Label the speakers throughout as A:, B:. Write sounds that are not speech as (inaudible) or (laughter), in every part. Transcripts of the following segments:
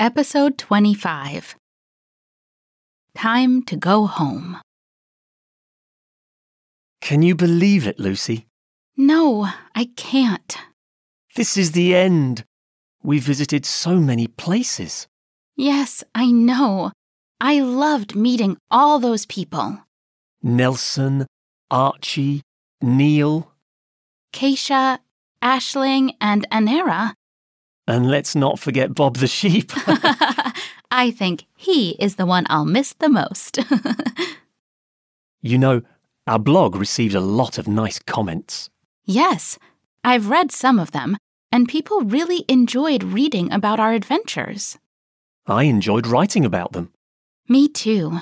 A: Episode 25 Time to Go Home.
B: Can you believe it, Lucy?
A: No, I can't.
B: This is the end. We visited so many places.
A: Yes, I know. I loved meeting all those people
B: Nelson, Archie, Neil,
A: Keisha, Ashling, and Anera. (laughs)
B: and let's not forget Bob the sheep. (laughs)
A: I think he is the one I'll miss the most. (laughs)
B: you know, our blog received a lot of nice comments.
A: yes, I've read some of them, and people really enjoyed reading about our adventures.
B: I enjoyed writing about them.
A: Me too.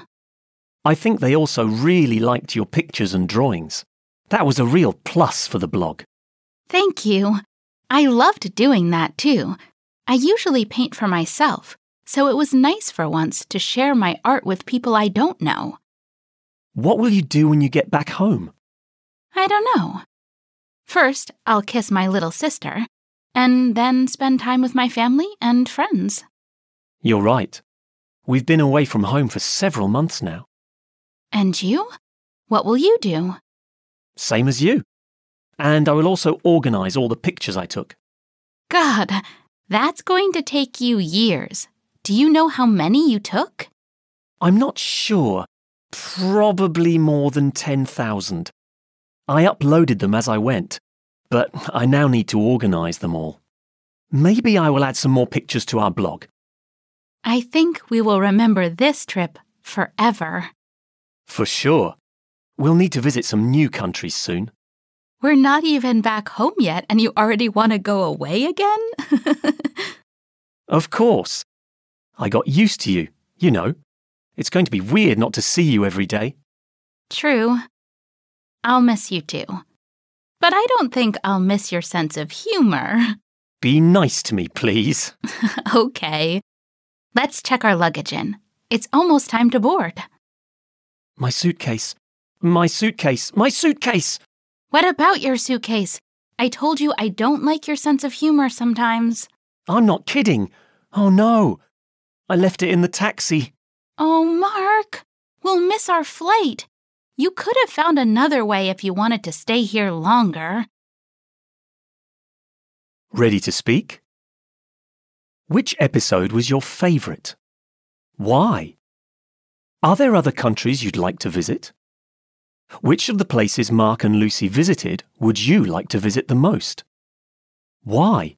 B: I think they also really liked your pictures and drawings. That was a real plus for the blog.
A: Thank you. I loved doing that too. I usually paint for myself, so it was nice for once to share my art with people I don't know.
B: What will you do when you get back home?
A: I don't know. First, I'll kiss my little sister, and then spend time with my family and friends.
B: You're right. We've been away from home for several months now.
A: And you? What will you do?
B: same as you. And I will also organise all the pictures I took.
A: God, that's going to take you years. Do you know how many you took?
B: I'm not sure. Probably more than 10,000. I uploaded them as I went, but I now need to organise them all. Maybe I will add some more pictures to our blog.
A: I think we will remember this trip forever.
B: For sure. We'll need to visit some new countries soon.
A: We're not even back home yet, and you already want to go away again? (laughs)
B: Of course. I got used to you, you know. It's going to be weird not to see you every day.
A: True. I'll miss you too. But I don't think I'll miss your sense of humor. (laughs)
B: Be nice to me, please.
A: okay. Let's check our luggage in. It's almost time to board.
B: My suitcase. My suitcase. My suitcase.
A: What about your suitcase? I told you I don't like your sense of humor sometimes.
B: I'm not kidding. Oh no. I left it in the taxi.
A: Oh, Mark, we'll miss our flight. You could have found another way if you wanted to stay here longer.
B: Ready to speak? Which episode was your favourite? Why? Are there other countries you'd like to visit? Which of the places Mark and Lucy visited would you like to visit the most? Why?